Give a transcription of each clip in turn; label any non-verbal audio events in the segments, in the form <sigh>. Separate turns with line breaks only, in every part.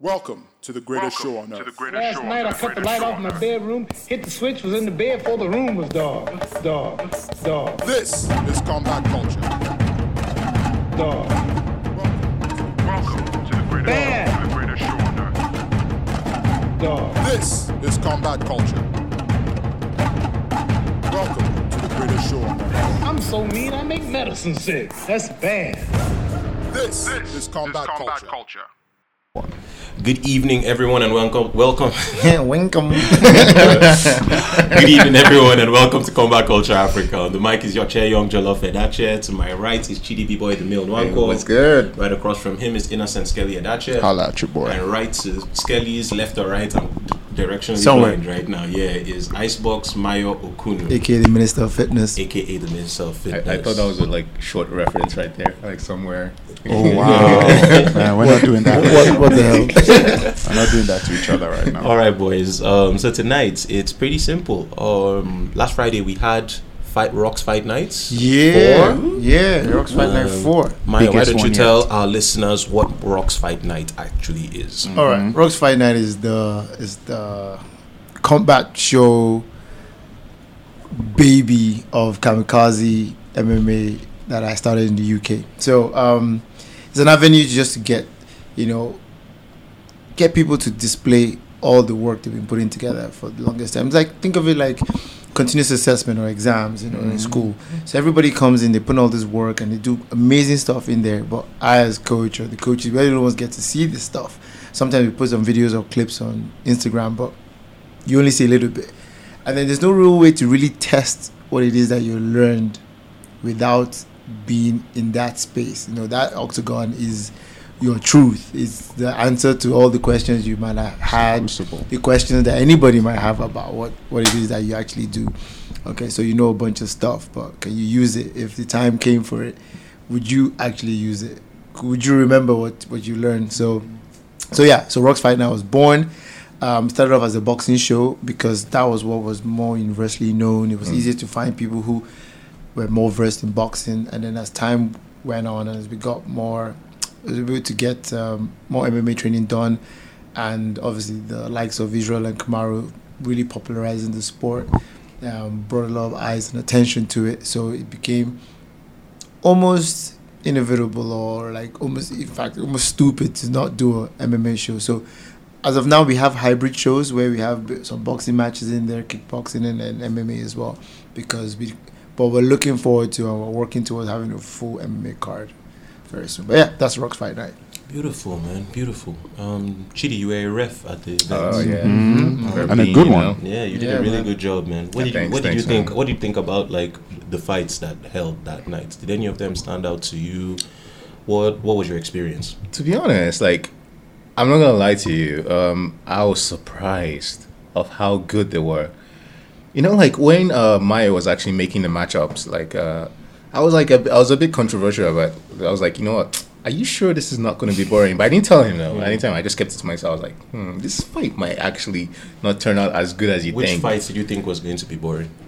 Welcome to the greatest show on
to the
earth.
greatest
Last
show
night I cut the light off my bedroom, hit the switch, was in the bed before the room was dark. Dark, dark,
This is Combat Culture.
dark.
Welcome.
Welcome to the greatest,
Bad.
to the greatest show on earth.
Dark,
This is Combat Culture. Welcome to the greatest show on earth.
I'm so mean, I make medicine sick. That's bad.
This,
This
is Combat, Culture.
culture.
Good evening, everyone, and welcome. Welcome. <laughs>
Welcome.
Good evening, everyone, and welcome to Combat Culture Africa. On the mic is your chair, Young Jollof Edache. To my right is Chidi B Boy, the male Nwanko.
what's good?
Right across from him is Innocent Skelly Edache.
Holla at your boy.
And right to Skelly's left or right, I'm directionally
Somewhere.
blind right now. Yeah, is Icebox Mayo Okunu,
AKA the Minister of Fitness.
aka the Minister of Fitness.
I, I thought that was a like short reference right there, like somewhere.
Oh, wow. Man, we're not doing that. What, what the hell?
I'm not doing that to each other right now.
All right, boys. Um, so tonight it's pretty simple. Um, last Friday we had fight rocks fight nights.
Yeah. Yeah. Rock's Fight Night 4.
Maya, why
Biggest
don't you
one yet.
tell our listeners what Rocks Fight Night actually is?
Mm.
All right, Rocks Fight Night is the is the combat show baby of kamikaze MMA that I started in the UK. So um, it's an avenue just to get you know get people to display all the work they've been putting together for the longest time. It's like think of it like continuous assessment or exams, you know, in school. So everybody comes in, they put in all this work and they do amazing stuff in there. But I as coach or the coaches, we don't always get to see this stuff. Sometimes we put some videos or clips on Instagram, but you only see a little bit. And then there's no real way to really test what it is that you learned without being in that space. You know, that octagon is your truth. It's the answer to all the questions you might have had, the questions that anybody might have about what, what it is that you actually do. Okay, so you know a bunch of stuff, but can you use it? If the time came for it, would you actually use it? Would you remember what, what you learned? So, so yeah, so Rocks Fight Night was born. Um, started off as a boxing show because that was what was more universally known. It was easier to find people who were more versed in boxing, and then as time went on and as we got more, we were able to get um, more MMA training done, and obviously the likes of Israel and Kamaru really popularizing the sport um, brought a lot of eyes and attention to it. So it became almost inevitable or like almost in fact almost stupid to not do a MMA show. So as of now, we have hybrid shows where we have b- some boxing matches in there, kickboxing and, and MMA as well, because we. But we're looking forward to and we're working towards having a full MMA card very soon. But yeah, that's Rocks Fight Night.
Beautiful, man, beautiful. Um, Chidi, you were a ref at the event.
Oh yeah, Very
Mm-hmm. And a
mean,
good
you
one.
know?
Yeah, you did
Yeah,
a really
man.
good job, man. What
Yeah,
did you,
thanks,
what did you
thanks,
think?
man.
What did you think about like the fights that held that night? Did any of them stand out to you? What What was your experience?
To be honest, like I'm not gonna lie to you, um, I was surprised of how good they were. You know, like when uh, Maya was actually making the matchups, like uh, I was like a, I was a bit controversial, but I was like, you know what? Are you sure this is not going to be boring? But I didn't tell him though. Anytime I just kept it to myself. I was like, hmm, this fight might actually not turn out as good as you
Which
think.
fights did you think was going to be boring? <laughs>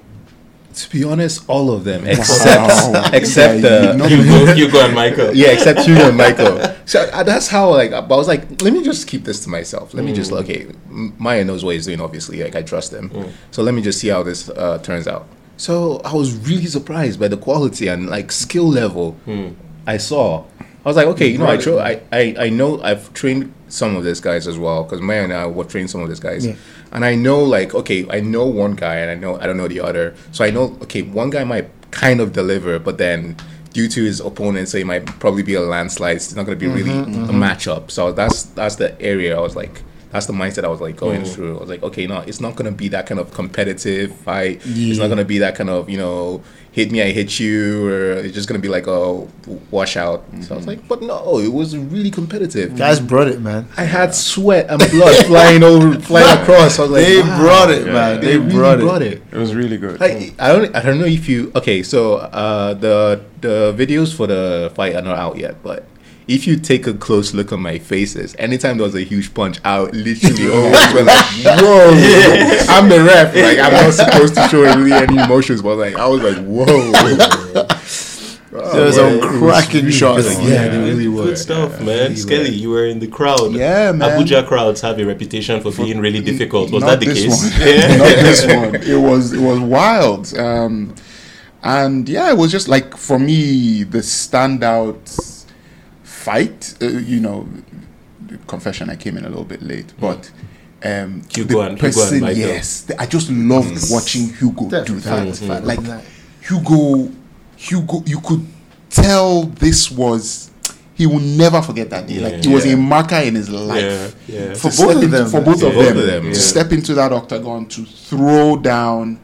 To be honest, all of them except
<laughs>
except
Yeah,
uh,
you know-
Hugo, Hugo and Michael.
yeah, except Hugo and
<laughs>
Michael. So uh, that's how like I was like, let me just keep this to myself. Let me just
Mm.
okay. M- Maya knows what he's doing, obviously. Like I trust him, so let me just see how this uh, turns out. So I was really surprised by the quality and like skill level
Mm.
I saw. I was like, okay, you know, I, tro- I, I I know I've trained some of these guys as well because Maya and I were trained some of these guys, and I know like okay, I know one guy and I know I don't know the other, so I know okay, one guy might kind of deliver, but then due to his opponent, so it might probably be a landslide. It's not going to be really a matchup. So that's that's the area I was like, that's the mindset I was like going through. I was like, okay, no, it's not going to be that kind of competitive fight. It's not going to be that kind of you know hit me, I hit you, or it's just going to be like a washout. So I was like, but no, it was really competitive.
Guys brought it, man.
I had sweat and <laughs> blood flying over, flying across. I was like,
They
wow.
brought it, man. They,
really
brought, it.
It was really good.
Like I don't I don't know if you okay so uh, the the videos for the fight are not out yet but if you take a close look at my faces anytime there was a huge punch I would literally always was like whoa I'm the
<laughs>
ref like I'm not supposed to show really any emotions but like I was like whoa
There was some cracking shots.
yeah, they really were.
Oh, Good stuff, man. Skelly, you were in the crowd.
Yeah, man.
Abuja crowds have a reputation for being really difficult. Was
Not
that the
this
case? <laughs>
One. <laughs> Not this one. It was it was wild. Um, and yeah, it was just like for me the standout fight. Uh, you know, confession. I came in a little bit late, but. Um,
Mm. Hugo and- Hugo and Michael. Mm.
yes, the- I just loved watching Hugo do that.
Mm-hmm.
Definitely. Mm.
Like Hugo, Hugo, you could tell this was he will never forget that day. like it was
Yeah.
a marker in his life
Yeah, yeah.
for
To
both
step
of
in-
them. For both of
Yeah.
them,
Both of them,
to
yeah.
step into that octagon to throw down,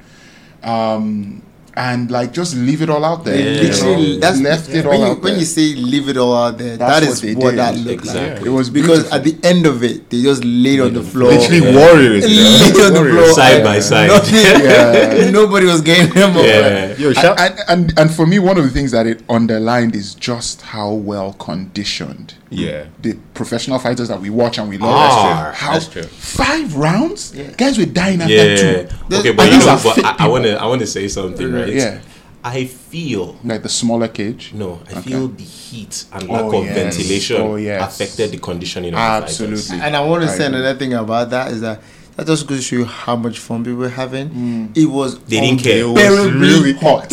um, and like just leave it all out there.
They
you
literally
know,
that's
left it all
when, you,
out
when
there.
you say leave it all out there,
That's
that
what
is
they
what,
did.
that looked
Exactly.
like.
it was
Because
beautiful.
at the end of it, they just laid on the floor.
Literally
Yeah.
warriors.
Laid on the floor.
Side by
<laughs>
side.
<laughs> Nothing. <laughs> Nobody was getting them up.
Yeah.
Yo, shout,
and, and- and and for me, one of the things that it underlined is just how well conditioned
yeah.
the professional fighters that we watch and we love.
That's true.
How
That's true.
five rounds? Guys were dying after
Yeah.
two.
Okay,
And
but, you
these
know,
are
but
fit
I, I
people.
want to I wanna say something, right?
Yeah.
I feel
like the smaller cage.
No, I feel the heat and lack
Oh,
of
yes.
ventilation
Oh, yes.
affected the conditioning of the fighters.
Absolutely.
And I want to
I
say
agree.
another thing about that is that that just goes to show you how much fun people were having.
Mm.
It was
They didn't care. It was
unbearably
really
hot.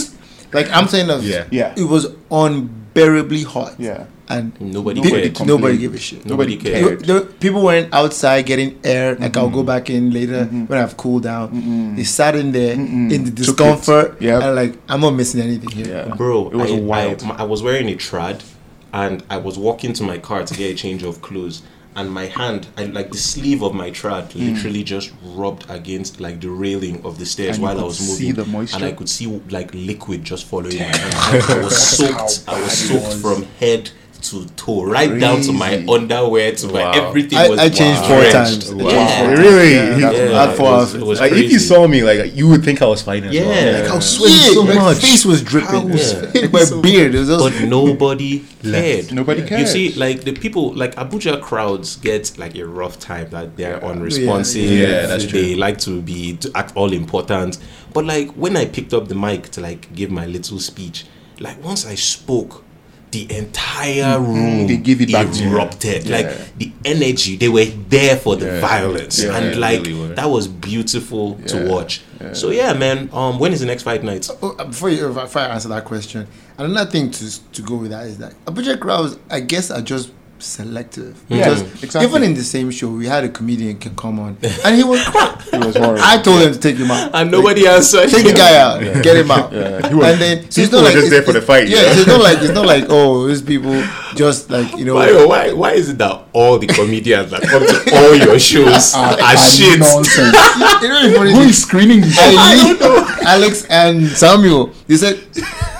like I'm saying, of,
Yeah.
Yeah.
it was unbearably hot.
Yeah.
and
Nobody
did-
cared.
complained.
nobody gave a shit.
Nobody
Nobody
cared.
You-
cared.
the people weren't outside getting air. Like I'll go back in later when I've cooled down. They sat in there in the
Took it.
discomfort.
Yep.
and like I'm not missing anything here.
Yeah.
Bro,
It was
I,
wild.
I, I was wearing a trad and I was walking to my car to get a change of clothes. And my hand, I, like the sleeve of my trad, literally just rubbed against like the railing of the stairs
And you
while I
could
was
see
moving,
the moisture?
and I could see like liquid just following. My hand. I was soaked. I was soaked from head to toe, right down to my
Crazy.
underwear to my
Wow.
everything.
I,
was
I changed four
drenched.
times. I changed
Yeah.
four times.
Really?
Yeah,
Yeah,
that
it
four
was-
outfits.
it was
Like if you
crazy.
saw me, like you would think I was fighting as
Yeah.
well. Like,
Yeah.
I was sweating
yeah,
so
my
much.
face was dripping.
Yeah.
My beard was just
but <laughs> nobody cared.
Nobody
You
cared.
see, like the people, like Abuja crowds get like a rough time that they're unresponsive.
Yeah, yeah, that's true.
They like to be to act all important. But like when I picked up the mic to like give my little speech, like once I spoke. The entire room
Mm-hmm. they give it back to you.
erupted.
Yeah.
Like the energy, they were there for the violence,
Yeah,
and
they
like
really were.
that was beautiful to watch. So yeah, man. Um, when is the next fight night?
Oh, uh, before you before I answer that question, another thing to to go with that is that Abuja crowds, I guess, are just selective. Because
exactly.
even in the same show, we had a comedian c- come on, and he <laughs> was crap.
It was horrible.
I told him to take him out.
And nobody answered.
Take the guy out, get him out,
he was-
and then so it's
people
not
were
like
just
it's-
there for
it's-
the fight,
Yeah,
yeah.
so it's not like it's not like oh, these people just like you know.
Why, why, why is it that all the comedians that come to all your shows are, shit?
Nonsense.
<laughs>
You know, the funny
Who
thing-
is screening this?
<laughs> I know. Alex and Samuel. They said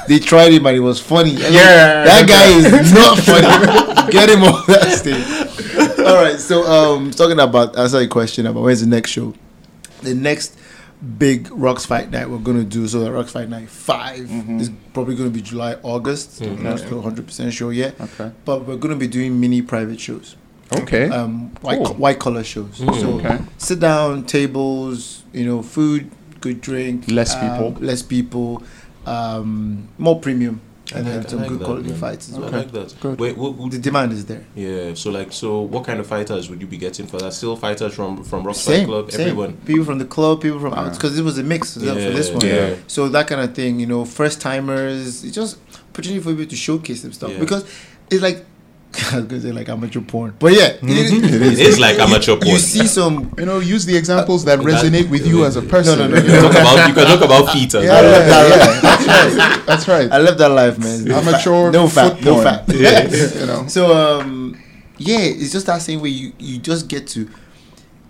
they tried him and it was funny. I mean,
Yeah.
that guy is not funny. <laughs> Get him off that stage. All right. So, um, talking about answer your question about where's the next show. The next big Rocks Fight Night we're gonna do so the Rocks Fight Night 5 is probably gonna be July August. I'm not still 100 percent sure yet.
Okay.
But we're gonna be doing mini private shows
Okay.
um, white
Cool. Mm,
white collar shows. So
Okay.
sit down tables, you know, food, good drink,
Less
um,
people.
less people, um, more premium, and
I
then
like-
some
I like
good
that,
quality
man.
fights as well.
I like that.
Good.
Wait, what, what-
The demand is there.
yeah. So like, so what kind of fighters would you be getting for that? Still fighters from from Rock Fight
Same,
Club,
same.
everyone.
People from the club, people from out, because it was a mix for that- for this
Yeah,
one.
yeah.
So that kind of thing, you know, first timers. It's just opportunity for people to showcase some stuff
Yeah.
because it's like. <laughs> I was gonna say like amateur porn, but yeah,
<laughs>
it is-
It is like amateur porn.
You see some
you know, use the examples that resonate with you as a person.
no, no,
You can talk about you can talk about feet as
Yeah,
well.
yeah, yeah, That's right. That's right.
I love that life, man.
Amateur
no fat,
foot
no
porn.
fat.
<laughs> you know.
So um, yeah, it's just that same way. You you just get to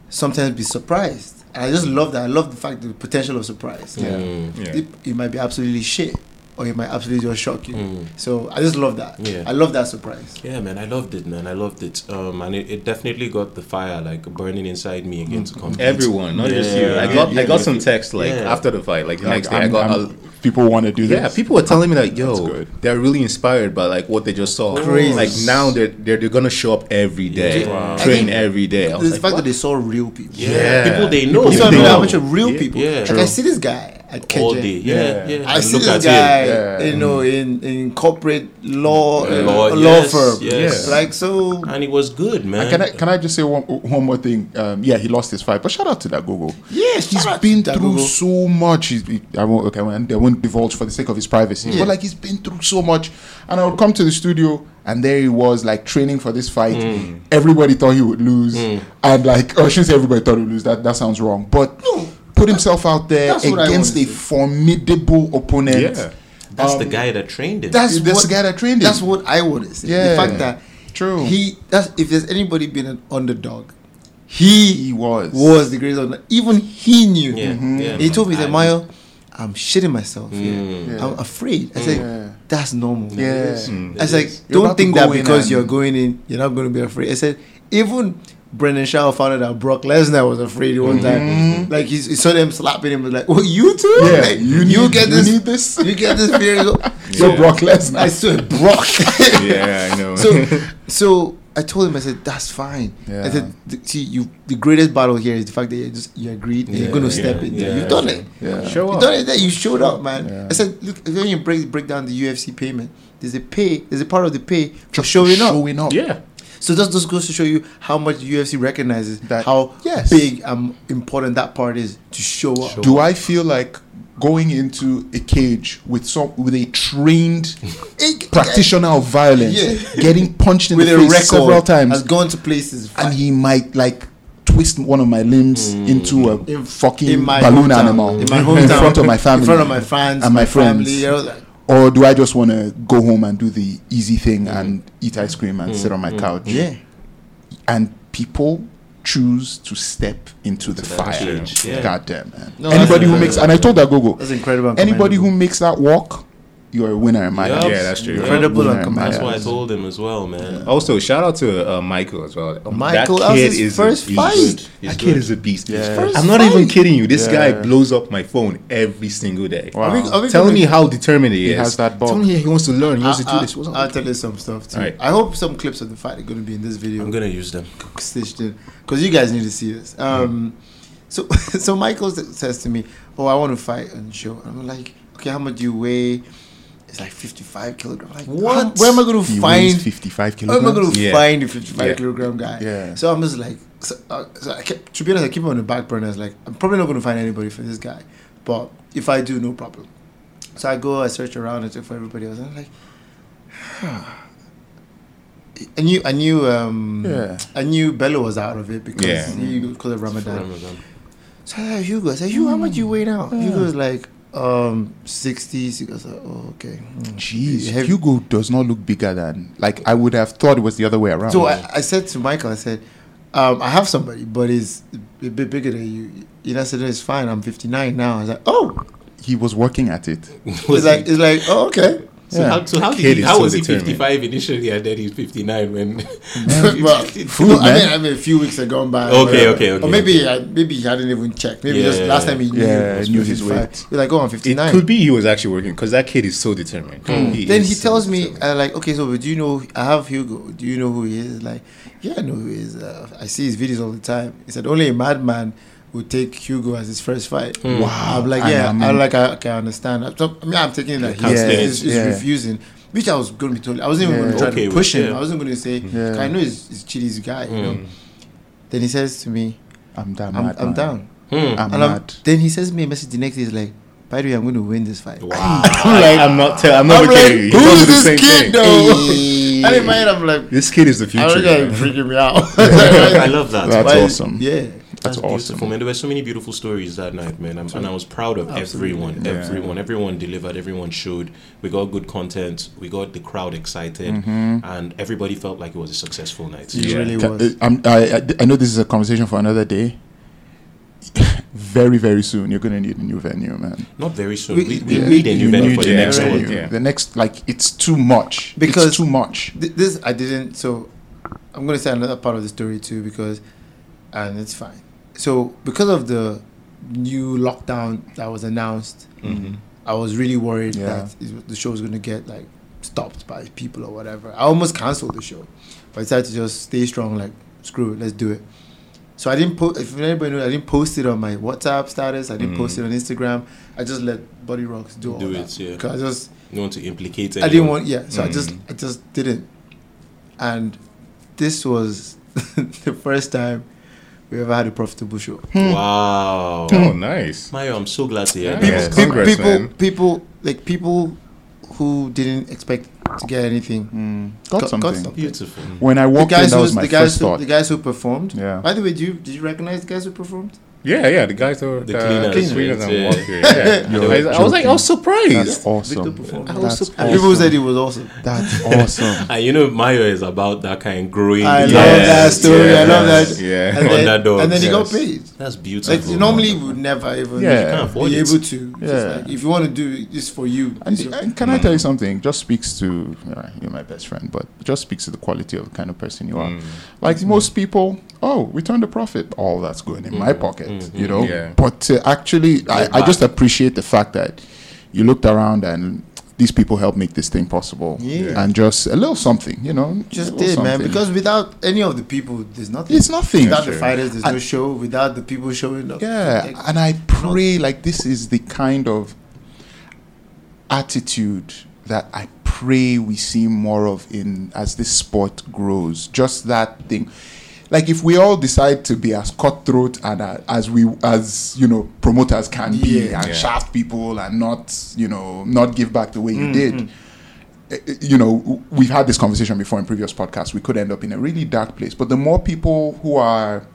sometimes be surprised. And I just love that. I love the fact the potential of surprise.
Yeah.
Yeah.
It, it might be absolutely shit, or it might absolutely just shock you. So I just love that.
Yeah.
I love that surprise.
Yeah, man, I loved it, man. I loved it. Um, and it, it definitely got the fire like burning inside me again to compete.
Everyone, not just you.
Yeah.
I got I got some text like
Yeah.
after the fight, like the next day. I
I'm-
got
I'm-
a-
people want to do
yeah,
this.
people were telling me that yo,
good.
they're really inspired by like what they just saw.
Crazy.
Like now they're they're, they're gonna show up every day, train every day.
The
I was like,
fact that they saw real people.
Yeah. People they know.
So I mean,
People they
how
know.
much of real people?
Yeah.
Like
True.
I see this guy. at
all
KJ.
day. Yeah, yeah.
Yeah.
I,
And
see
look at
this
him. Mm.
guy,
Yeah.
you know, in, in corporate law uh,
Law,
law,
yes,
firm.
yes.
Like so,
and he was good, man.
Can I can I just say one one more thing? Um, yeah, he lost his fight, but shout out to Dagogo.
Yeah,
he's
shout out
been
to
through
Dagogo.
so much. He's, he, I won't okay, I won't- I won't divulge for the sake of his privacy, but like he's been through so much. And I would come to the studio, and there he was, like training for this fight.
Mm.
Everybody thought he would lose, and like oh, I shouldn't say everybody thought he would lose. That that sounds wrong, but put himself out there
That's what I
against a
wanted to
formidable opponent.
Yeah.
That's the guy that trained him.
That's
It's
that's the
what-
guy that trained him.
That's what I would say.
Yeah.
The fact that
True.
he that's if there's anybody been an underdog, he
he was.
was the greatest underdog. Even he
Yeah,
knew.
Mhm. yeah,
Mm-hmm. Mm. he told me
man.
that
I-
Mayo, I'm shitting myself. here.
Mm.
I'm afraid. I said,
Yeah.
that's normal.
Yeah.
I
Mm.
was like,
You're
don't
about to
think
go
that
in
because
and-
you're going in, you're not going to be afraid. I said, even Brendan Shaw found out that Brock Lesnar was afraid one time. Like he, he saw them slapping him, was like, "Well, you too?
Mm-hmm. Yeah,
Like,
you need- you need this."
You get
<laughs>
this fear.
So Brock Lesnar.
I saw
<laughs>
Brock.
Yeah, I know.
so, so I told him, I said, "That's fine." I said, "Th- "See, you. The greatest battle here is the fact that you just you agreed and you're going to step
yeah,
in there.
yeah.
You've done it.
Yeah.
Show
You
up.
done it there. You showed up, man. I said, look, when you break break down the UFC payment, there's a pay, there's a part of the pay for showing up.
Showing up.
<laughs> Yeah.
So that just goes to show you how much the UFC recognizes
That-
how
Yes.
big and important that part is to show up.
Do I feel like going into a cage with some with a trained
It-
practitioner of violence,
Yeah.
getting punched in
with
the
a
face
record
several
has
times,
gone to places.
and he might like twist one of my limbs into a
Mm. In-
fucking
in my
balloon
hometown,
animal
in my hometown,
front of my family,
in front of my fans
and my, friends.
family. you know, like,
Or do I just want to go home and do the easy thing and eat ice cream and sit on my couch?
Mm. yeah,
and people choose to step into the
that
fire.
cage, yeah.
Goddamn, man.
No, that's
anybody who
incredible.
makes, and I told that Gogo,
That's incredible and
Anybody who makes that walk, you're a winner in my
Yup.
eyes.
Yeah, that's true.
Yup.
incredible
Yeah,
and command.
That's
yeah.
why I told him as well, man.
Also, shout out to uh, Michael as well.
Michael, that was his first
a beast.
fight.
He's good. He's
that
good.
kid is a beast.
first
I'm not even
fight.
kidding you. This
Yeah.
guy blows up my phone every single day.
Wow.
Are we- are we
Tell
gonna-
me how determined he, is.
has that bug.
Tell me he wants to learn. He wants to do
I,
this. He wants to-
will tell you some stuff too.
Alright.
I hope some clips of the fight are going to be in this video.
I'm gonna use them.
stitched in because you guys need to see this. Um, so <laughs> so Michael s- says to me, "Oh, I want to fight on the show." I'm like, "Okay, how much do you weigh?" It's like 55 kilograms. Like,
What?
how- where am I going to
He
find?
weighs 55
Where am I going
kilograms.
to
Yeah.
find the 55
Yeah.
kilogram guy?
Yeah.
So I'm just like, so, uh, so I kept, to be honest, I keep it on the back burner. I was like, I'm probably not going to find anybody for this guy, but if I do, no problem. So I go, I search around, I check for everybody else. And I'm like, <sighs> I knew, I knew, um,
Yeah.
I knew Bello was out of it because
Yeah.
he because of Ramadan.
Ramadan.
So I asked Hugo, I said, Hugo, how much you weigh now? Hugo was like, um, 60. So I was like, oh, okay. Mm.
Jeez,
Heavy.
Hugo does not look bigger than like I would have thought it was the other way around.
So I, I said to Michael, I said, um, I have somebody, but he's a bit bigger than you. You know, I said, no, it's fine. I'm 59 now. I was like, oh,
he was working at it.
it's like, it's like, oh, okay.
so how, so how,
Kid
did he,
is
how
so
was he
determined.
55 initially and then he's 59 when
<laughs> well,
Food,
no, I mean,
man.
I mean, a few weeks had gone by.
Okay,
whatever.
okay, okay,
Or maybe, I, maybe he hadn't even checked. Maybe
Yeah,
just
yeah,
last
yeah.
time he knew,
Yeah,
it was
knew his
55.
weight.
He was like, oh, I'm
It
59.
could be he was actually working because that kid is so determined. He
Hmm. then
is
he
so
tells me,
determined.
uh, like, okay, so do you know? I have Hugo. Do you know who he is? Like, yeah, I know who he is. Uh, I see his videos all the time. He said only a madman would take Hugo as his first fight. Wow. I'm like,
Mm. And
yeah,
I
I
mean-
am like, I, okay, I understand. I'm, so- I mean, I'm taking it that he's,
Yeah,
he's- he's
yeah.
refusing. Which I was going to be told. I wasn't even going to try
Okay
to
with-
push him.
yeah.
I wasn't going to say.
Yeah. Mm.
I know he's, he's Chidi's guy. You know. Then he says to me,
I'm down.
"I'm,
mad,
I'm
man.
down."
I'm
and I'm,
mad.
then he sends me a message the next day. He's like, "By the way, I'm going to win this fight."
I, am not. Tell, I'm not
I'm
even
like,
kidding you.
who
He told me
is
the
this
same
kid
thing.
though? <laughs> and in my head, I'm like,
This kid is the future.
I don't know,
man.
freaking me out.
<laughs> I love that.
That's
Why-
awesome.
Yeah.
That's,
awesome.
beautiful, man. There were so many beautiful stories that night, man. I'm, and I was proud of everyone, everyone, everyone delivered, everyone showed. We got good content. We got the crowd excited, and everybody felt like it was a successful night.
It
Yeah.
really
Ca- uh,
was.
I'm, I, I- I know this is a conversation for another day. <laughs> very, very soon, you're going to need a new venue, man.
Not very soon.
We-
We, we,
yeah.
need a new
You
venue
need
for
a
the
new
next
venue.
one.
Yeah.
The next, like, it's too much.
Because-
it's too much.
Th- This I didn't. So I'm going to say another part of the story too because, and it's fine. So because of the new lockdown that was announced, I was really worried
Yeah.
that it- the show was going to get like stopped by people or whatever. I almost canceled the show, but I decided to just stay strong. Like screw it, let's do it. So I didn't post. If anybody knows, I didn't post it on my WhatsApp status. I didn't post it on Instagram. I just let Body Rocks do all
Do
that.
it, yeah.
Because I just
You want to implicate
I didn't
anyone.
want yeah. So I just
Mm.
I just didn't. And this was <laughs> the first time we ever had a profitable show. Hmm.
Wow.
Oh, nice.
Mayo, I'm so glad to hear that.
Yeah,
Pe-
congrats,
people,
man.
people, like people who didn't expect to get anything.
Mm. Got,
Got- got
something.
something.
Beautiful.
When I
The
walked in,
guys,
that
who,
was my
the guys,
first
who,
thought.
the guys who performed.
Yeah.
By the way, do you did you recognize the guys who performed?
Yeah, yeah. The guys who
The cleaners,
the cleaners
right,
and
yeah.
walkers,
<laughs>
yeah.
You're
I, I was like, I was
That's
surprised.
awesome.
performed.
That's awesome.
And people said it was awesome.
That's awesome.
And you know, Mayo is about that kind growing.
<laughs> I
the-
love that story. I
yes,
love that.
yeah.
And then,
Underdog,
and then he got
yes.
paid.
That's beautiful.
Like normally we would never even
Yeah.
can't afford
be
it.
able to. It's
Yeah.
like, if you want to do it, it's for you.
And,
It's your-
and can I tell you something? Just speaks to uh, you're my best friend, but just speaks to the quality of the kind of person you are. Like most people, oh, return the profit. All that's going in my pocket, you know.
Yeah.
But uh, actually, I, I just appreciate the fact that you looked around and these people helped make this thing possible,
Yeah.
and just a little something, you know. a
just
little
did, man.
something.
Because without any of the people, there's nothing.
it's nothing.
without the fighters, there's no show. Without the people showing up,
Yeah,
like,
and I pray like this is the kind of attitude that I pray we see more of in as this sport grows. Just that thing. Like if we all decide to be as cutthroat and uh, as we as you know promoters can be
Yeah.
and
Yeah.
shaft people and not you know not give back the way you did, Eh, you know, w- we've had this conversation before in previous podcasts. We could end up in a really dark place. But the more people who are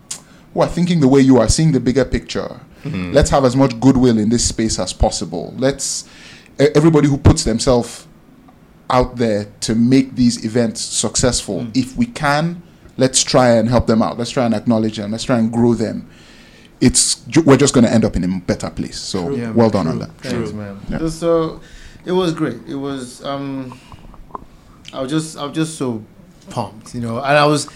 who are thinking the way you are, seeing the bigger picture, let's have as much goodwill in this space as possible. Let's e- everybody who puts themselves out there to make these events successful.
Hmm.
If we can, let's try and help them out. Let's try and acknowledge them. Let's try and grow them. It's ju- we're just going to end up in a better place. So
Yeah,
well
man,
done
true.
on that.
Thanks, man. So it was great. It was um I was just I was just so pumped, you know, and I was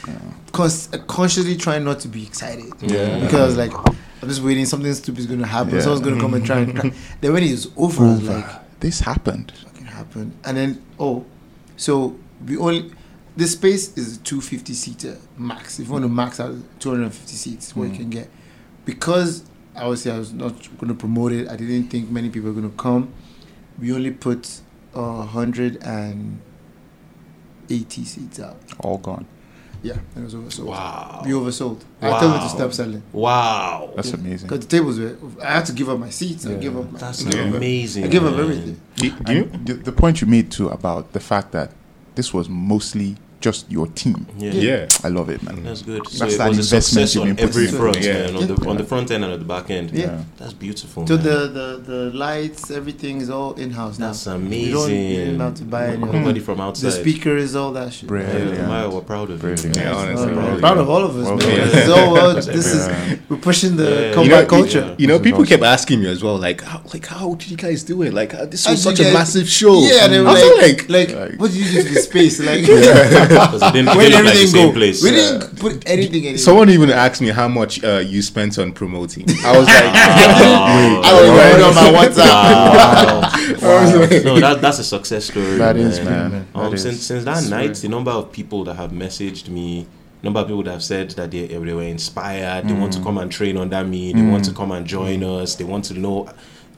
cons- consciously trying not to be excited.
Yeah.
Because like I'm just waiting something stupid is gonna happen.
Yeah.
Someone's gonna come and try and crack. then when it's over, I was like
Over. This happened.
it happened. And then oh, so we only the space is two fifty seater max. If you want to max out two hundred and fifty seats, what you can get. Because obviously I was not going to promote it. I didn't think many people were going to come. We only put uh, hundred and eighty seats out.
All gone.
Yeah, and it was oversold.
Wow.
We oversold. I told them to
Wow.
stop selling
Wow.
That's amazing.
because the tables were. I had to give up my seats. I give up. My,
That's
I gave up-
amazing.
I give up
man.
everything.
Do, do you?
And the, the point you made too about the fact that this was mostly just your team.
Yeah.
Yeah.
I love it, man.
That's good. So
That's
it
that
was a
investment
success
you've
on
been putting
every
into it.
front,
Yeah.
man. On the on the front end and on the back end.
Yeah.
That's beautiful.
So
man.
the, the, the lights, everything is all in house now.
That's
You don't you
amazing.
didn't have to buy any of
Nobody
it.
from outside.
The speakers, all that shit.
Brilliant.
Yeah, Mayo, we're proud of you.
Brilliant.
Yeah, honestly.
Proud
really.
of- Proud of all of us. man.
done.
This is all well,
Yeah.
this is we're pushing
Yeah,
the
yeah,
combat
yeah.
culture.
You know,
This is
people kept
awesome.
asking me as well, like, how, like, how did you guys do it? Like, uh, this
How
was
did
such
you
a
guys-
massive show.
Yeah, and they were
I
like,
was
like, what did you do to the space? Like,
Because it didn't, it
where
didn't look like
did
the
everything
same
go?
place.
We didn't put anything in it.
someone even asked me how much uh, you spent
<laughs>
on promoting. I was like,
Wow.
I
<laughs>
was going on my WhatsApp.
Wow. no, that, that's a success story.
That is, man.
Um,
That is.
since since that night, the number of people that have messaged me, number of people that have said that they, they were inspired, they want
Mm.
to come and train under me, they want to come and join us, they want to know.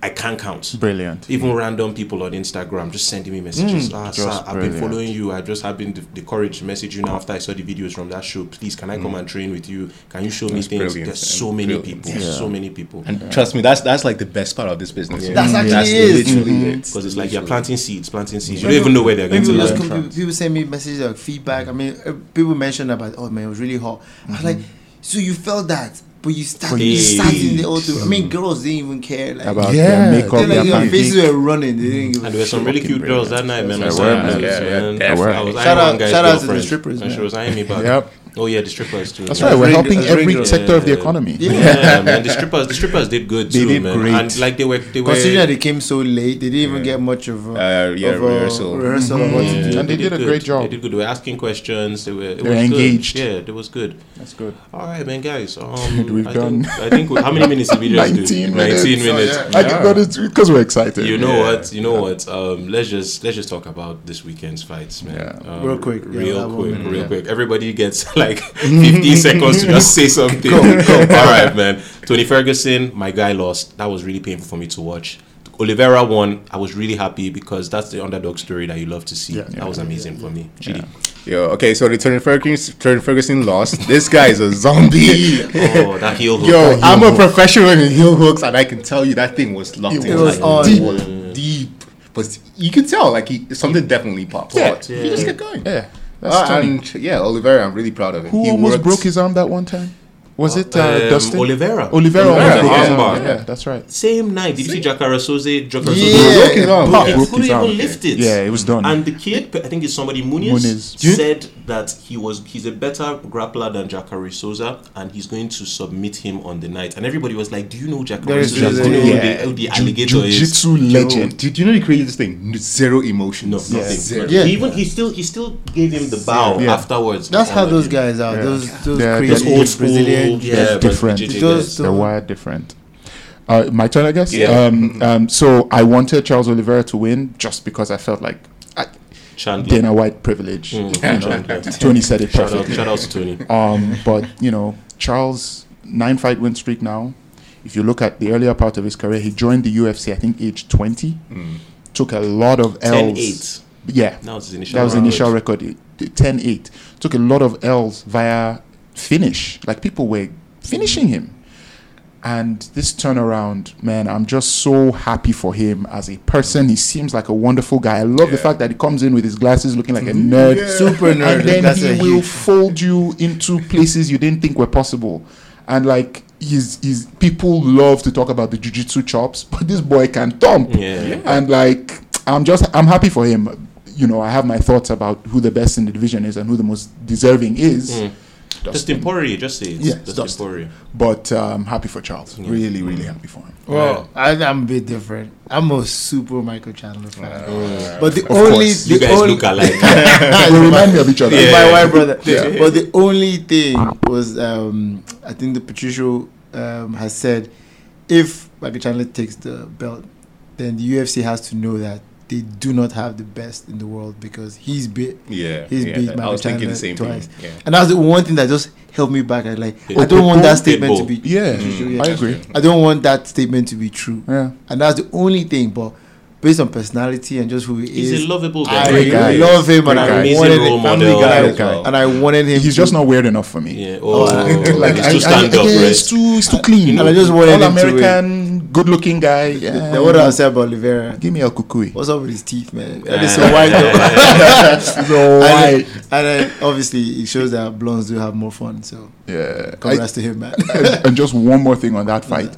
I can't count.
Brilliant. Mm.
Even random people on Instagram just sending me messages. ah, sir,
Just
I've
brilliant.
been following you. I just have been the, the courage to message you now after I saw the videos from that show. Please, can I come
Mm.
and train with you? Can you show me things? There's
brilliant, man.
so many
Brilliant.
people. So many people.
and trust me, that's that's like the best part of this business.
That's actually Mm-hmm. it.
literally it.
Because it's like you're planting seeds, planting seeds. You don't even know where they're going to
people, just
land.
come, people, people send me messages like feedback. I mean, uh, people mentioned about oh man, it was really hot. I was like, so you felt that, but you started, you started in the auto. I mean, girls didn't even care. Like,
About
Yeah.
their makeup,
they're like
their
your faces
pancake.
were running. They didn't give a
And there were some really cute girls that night, man. on
There were,
Saturdays,
man.
Yeah, yeah,
man.
definitely.
I was eyeing
Shout
one
out-
guy's
shout out to the
girlfriend,
strippers,
And she
man.
was eyeing me back.
Yep.
Oh, yeah, the strippers, too.
That's
man.
right. We're
Ring-
helping
ring
every
girl.
sector of the economy. <laughs>
Yeah, man. The strippers, the strippers did good,
They
too,
did
man.
great.
And, like, they were... They were
Considering that they came so late, they didn't even get much of a,
Uh, yeah,
of a
rehearsal.
rehearsal of what to do.
And they did a
good.
great job.
They did good. They were asking questions. They were, it
They
was
were engaged.
Good. Yeah, it was good.
That's good.
All right, man, guys.
<laughs>
Um,
We've
I
done-
Think, I think we, how many minutes did we just
<laughs> 19
do? Nineteen
minutes.
minutes.
I think that is because we're excited.
You know
Yeah.
what? You know what? Um, let's just let's just talk about this weekend's fights, man.
Yeah.
Um,
Real quick, yeah,
real
that one,
quick, real quick. Everybody gets <laughs> like 15 seconds to just say something. <laughs> All right, man. Tony Ferguson, my guy lost. That was really painful for me to watch. Oliveira won. I was really happy because that's the underdog story that you love to see. that was amazing for me. Chidi.
Yo, okay, so the Tony Ferguson, Tony Ferguson lost.
<laughs>
This guy is a zombie.
Oh, that heel hook.
Yo, I'm a professional in heel hooks, and I can tell you that thing was locked in.
was
like,
on.
deep, deep. But you can tell, like, he, something definitely popped.
Yeah.
He just kept going.
Yeah, that's
Uh,
Tony.
and yeah, Oliveira, I'm really proud of him.
Who
He
almost
worked-
broke his arm that one time? Was it uh,
um,
Dustin?
Oliveira.
Oliveira almost
Oliveira,
broke his
yeah.
arm.
Yeah.
Yeah, that's right.
Same night. Did you see Jakara Soze? Jakara
Yeah,
Soze
broke it off.
Pop
He
broke
couldn't
his arm.
even lift it.
Yeah, it was done.
And the kid, I think it's somebody Muniz,
Muniz. Do you-
said that he was he's a better grappler than Jacare Souza, and he's going to submit him on the night. And everybody was like, "Do you know Jacare
is
Souza?
a-
Do you know who
yeah.
the, who the alligator is?"
Jiu-jitsu legend.
Did, did you know he created this thing? Zero emotion.
No, nothing.
Yeah.
He even he still he still gave him the bow
Yeah.
afterwards.
That's how
Honored
those
him.
guys are. Those those
Yeah,
crazy
Those
Those
old school,
Brazilian.
yeah, but
different.
BJJ
Those-
guys.
So-
They were different. Uh, my turn, I guess.
Yeah.
Um, um, so I wanted Charles Oliveira to win just because I felt like I,
Chandler.
Dana White privilege. You know, <laughs>
Chandler.
Tony said it
Mm. Shout out,
perfectly.
shout out to Tony.
Um, but you know, Charles nine fight win streak now. If you look at the earlier part of his career, he joined the UFC I think age twenty.
Mm.
Took a lot of L's.
10-8.
Yeah,
That was his initial.
that was the
round.
initial record. 10 8. Took a lot of L's via finish. Like people were finishing him. And this turnaround, man, I'm just so happy for him as a person. He seems like a wonderful guy. I love the fact that he comes in with his glasses looking like a nerd.
Super Mm, nerd.
And then
That's
he
a
will
huge-
fold you into places you didn't think were possible. And like he's, he's people love to talk about the jujitsu chops, <laughs> but this boy can thump
Yeah. Yeah.
and like I'm just I'm happy for him. You know, I have my thoughts about who the best in the division is and who the most deserving is.
Mm.
Dustin Poirier, just say it.
Yes,
Dustin,
Dustin.
Poirier.
But uh, I'm happy for Charles. Really, really happy for him.
Well, I, I'm a bit different. I'm a super Michael Chandler fan. but the
course.
only
You
the
You guys
only,
look alike.
we remind me of each other.
Yeah.
It's my white brother. But the only thing was, um, I think the Patricio um, has said, if Michael Chandler takes the belt, then the UFC has to know that they do not have the best in the world because he's big.
Yeah,
he's
yeah,
big.
I
Michael
was
Chandler
thinking the same thing,
twice.
yeah.
And that's the one thing that just held me back. I like, I
Pitbull.
don't want that statement
Pitbull.
to be.
Yeah,
Patricio, yeah.
I agree.
Mm. I don't want that statement to be true.
Yeah.
And that's the only thing. But based on personality and just who he
He's
is,
a lovable
I
guy.
Great guy.
love him, and
Great guy.
I
Amazing
wanted
role
him. Family
model.
guy,
Great guy.
and I wanted him.
He's
to,
just not weird enough for me.
Yeah. Oh,
Like,
he's
I-
too
I-
stand
yeah,
up,
He's
right?
too, he's too clean.
And I just wanted him
all
to
American, good looking guy. Yeah.
Now, what do I say about Oliveira?
Give me El Kukui. <laughs>
What's up with his teeth, man?
Yeah.
And it's so white. though.
So
and,
why?
then, and then obviously it shows that blondes do have more fun. So
Yeah. I-
congrats to
<laughs>
him, man.
and, and just one more thing on that fight.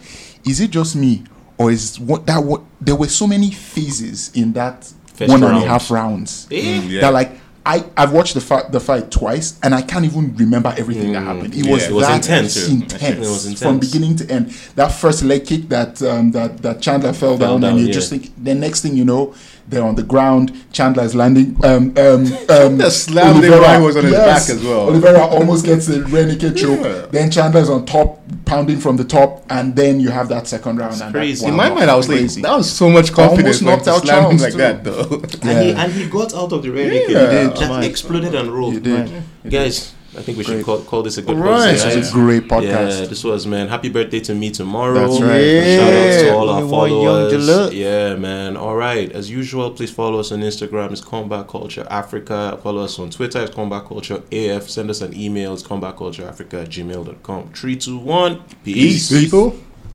Is it just me, or is what that what there were so many phases in that
First
one and a half
round.
rounds
Eh?
Yeah.
that like. I, I've watched the fight, the fight twice and I can't even remember everything that happened. It was
Yeah, it
Mm. was
that
intense, too.
intense
It was
from
intense.
beginning to end. That first leg kick that um, that, that Chandler fell, down,
down,
and you
yeah.
just think the next thing you know they're on the ground. Chandler is landing.
<laughs>
Um, um, um,
The slam they
Oliveira-
write was on his back as well.
Oliveira almost gets a renegade choke.
Yeah.
Then Chandler's on top, pounding from the top, and then you have that second round. and that
crazy.
one
In my
knock.
mind, I was
Crazy.
like, that was so much
Almost
confidence. when
knocked
to
out
slam him
Charles,
like
too.
that, though. <laughs>
And, he, and he got out of the rear naked. That exploded and rolled. Guys, I think we should call, call this a good
Right.
podcast.
This is a great
Yeah,
podcast.
this was man. Happy birthday to me tomorrow.
That's right.
Shout out to
Yeah.
all our
Only one young
followers.
Jalil.
Yeah, man. All right. As usual, please follow us on Instagram. It's Combat Culture Africa. Follow us on Twitter. It's Combat Culture AF. Send us an email. It's Combat Culture Africa at gmail.com. Three, two, one. Peace.
People.